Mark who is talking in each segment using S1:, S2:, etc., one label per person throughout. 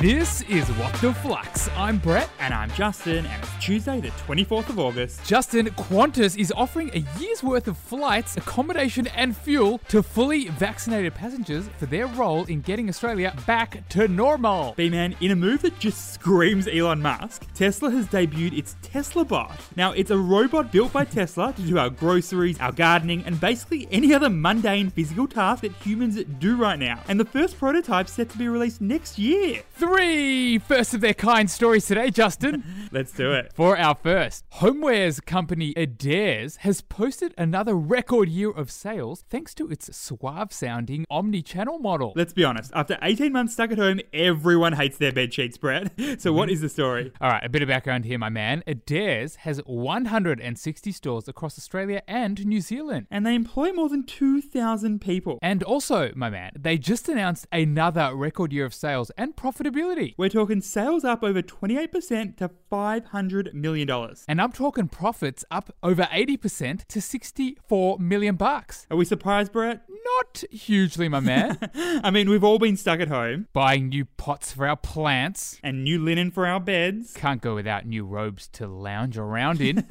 S1: This is What the Flux. I'm Brett.
S2: And I'm Justin, and it's Tuesday, the 24th of August.
S1: Justin, Qantas is offering a year's worth of flights, accommodation, and fuel to fully vaccinated passengers for their role in getting Australia back to normal.
S2: B Man, in a move that just screams Elon Musk, Tesla has debuted its Tesla Bot. Now, it's a robot built by Tesla to do our groceries, our gardening, and basically any other mundane physical task that humans do right now. And the first prototype's set to be released next year.
S1: Three first of their kind stories today, Justin.
S2: Let's do it.
S1: For our first, homewares company Adairs has posted another record year of sales thanks to its suave sounding omni channel model.
S2: Let's be honest, after 18 months stuck at home, everyone hates their bed sheets, Brett. So, what is the story?
S1: All right, a bit of background here, my man. Adairs has 160 stores across Australia and New Zealand.
S2: And they employ more than 2,000 people.
S1: And also, my man, they just announced another record year of sales and profitability.
S2: We're talking sales up over 28% to $500 million.
S1: And I'm talking profits up over 80% to 64 million bucks.
S2: Are we surprised, Brett?
S1: Not hugely, my man.
S2: I mean, we've all been stuck at home
S1: Buying new pots for our plants.
S2: and new linen for our beds.
S1: Can't go without new robes to lounge around in.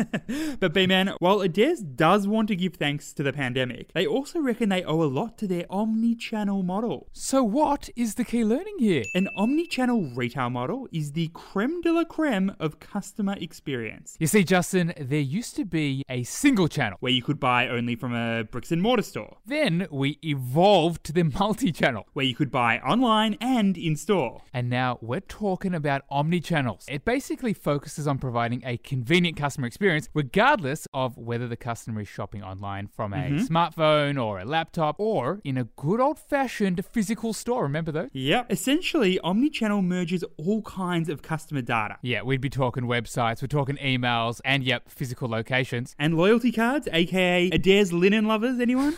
S2: But B Man, while Adairs does want to give thanks to the pandemic, they also reckon they owe a lot to their omni channel model.
S1: so, what is the key learning here?
S2: An omni channel retail model is the creme de la creme of customer experience.
S1: You see, Justin, there used to be a single channel.
S2: Where you could buy only from a bricks and mortar store,
S1: Then we evolved to the multi channel.
S2: where you could buy online and in store.
S1: And now we're talking about omni channels. It basically focuses on providing a convenient customer experience, regardless of whether the customer is shopping online from a smartphone or a laptop or in a good old fashioned physical store. Remember those?
S2: Yep. Essentially, omni-channel merges all kinds of customer data.
S1: Yeah, we'd be talking websites, we're talking emails, and yep, physical locations.
S2: And loyalty cards, aka Adairs Linen Lovers, anyone?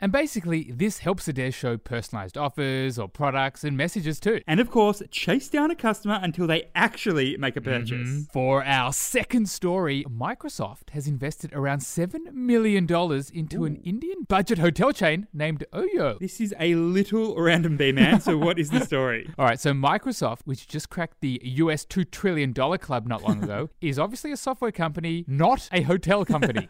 S1: And basically, this helps Adair show personalized offers or products and messages too.
S2: and of course, chase down a customer until they actually make a purchase.
S1: For our second story, Microsoft has invested around $7 million into an Indian budget hotel chain named Oyo.
S2: This is a little random B man, so what is the story?
S1: All right, so Microsoft, which just cracked the US $2 trillion club not long ago, is obviously a software company, not a hotel company.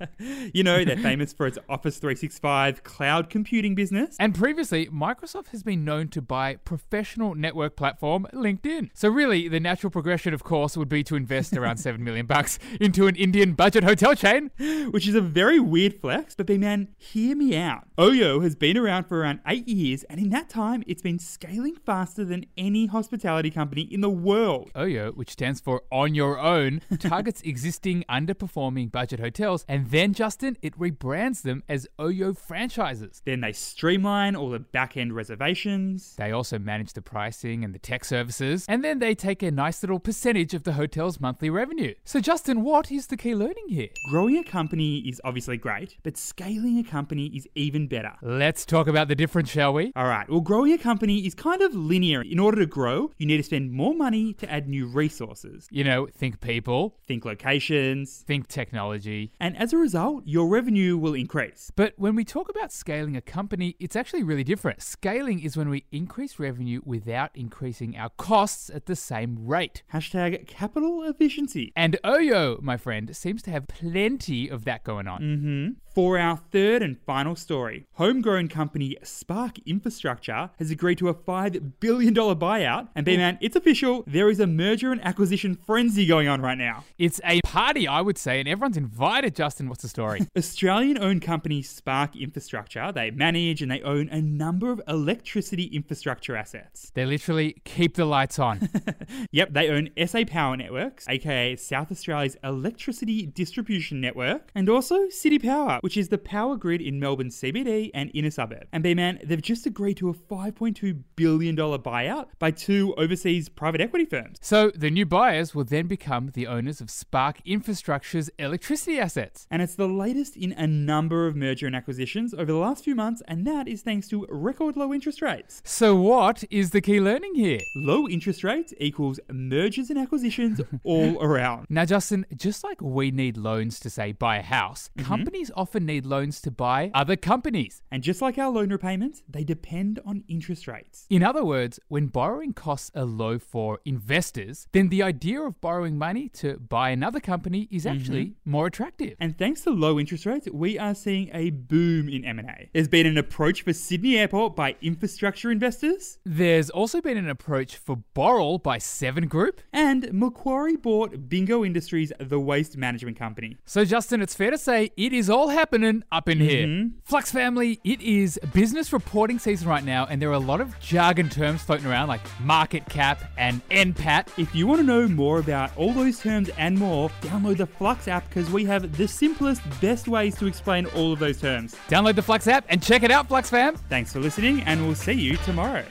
S2: You know, they're famous for its Office 365 cloud computing business.
S1: and previously, Microsoft has been known to buy professional network platform LinkedIn. So really, the natural progression, of course, would be to invest around 7 million bucks into an Indian budget hotel chain.
S2: which is a very weird flex, but B man, hear me out. Oyo has been around for around eight years, and in that time, it's been scaling faster than any hospitality company in the world.
S1: OYO, which stands for On Your Own, targets existing underperforming budget hotels and then, Justin, it rebrands them as OYO franchises.
S2: Then they streamline all the back end reservations.
S1: They also manage the pricing and the tech services, and then they take a nice little percentage of the hotel's monthly revenue. So, Justin, what is the key learning here?
S2: Growing a company is obviously great, but scaling a company is even better.
S1: Let's talk about the difference, shall we?
S2: All right, well, growing a company is kind of linear. In order to grow, you need to spend more money to add new resources.
S1: You know, think people,
S2: Think locations.
S1: think technology.
S2: And as a result, your revenue will increase.
S1: But when we talk about scaling a company, it's actually really different. Scaling is when we increase revenue without increasing our costs at the same rate.
S2: Hashtag capital efficiency.
S1: And Oyo, my friend, seems to have plenty of that going on.
S2: For our third and final story, homegrown company Spark Infrastructure has agreed to a $5 billion buyout. And B Man, it's official. There is a merger and acquisition frenzy going on right now.
S1: It's a party, I would say, and everyone's invited. Justin, what's the story?
S2: Australian owned company Spark Infrastructure, they manage and they own a number of electricity infrastructure assets.
S1: they literally keep the lights on.
S2: Yep, they own SA Power Networks, aka South Australia's electricity distribution network, and also City Power, which is the power grid in Melbourne CBD and inner suburb. And B Man, they've just agreed to a $5.2 billion buyout by two overseas private equity firms.
S1: so the new buyers will then become the owners of Spark Infrastructure's electricity assets.
S2: And it's the latest in a number of merger and acquisitions over the last few months, and that is thanks to record low interest rates.
S1: So, what is the key learning here?
S2: Low interest rates equals mergers and acquisitions all around.
S1: Now, Justin, just like we need loans to say buy a house, companies offer often need loans to buy other companies.
S2: And just like our loan repayments, they depend on interest rates.
S1: In other words, when borrowing costs are low for investors, then the idea of borrowing money to buy another company is actually more attractive.
S2: And thanks to low interest rates, we are seeing a boom in M&A. There's been an approach for Sydney Airport by infrastructure investors,
S1: There's also been an approach for Borrel by Seven Group.
S2: and Macquarie bought Bingo Industries, the waste management company.
S1: So, Justin, it's fair to say it is all happening up in here. Flux family, it is business reporting season right now, and there are a lot of jargon terms floating around like market cap and NPAT.
S2: If you want to know more about all those terms and more, download the Flux app because we have the simplest, best ways to explain all of those terms.
S1: Download the Flux app and check it out, Flux fam.
S2: Thanks for listening, and we'll see you tomorrow.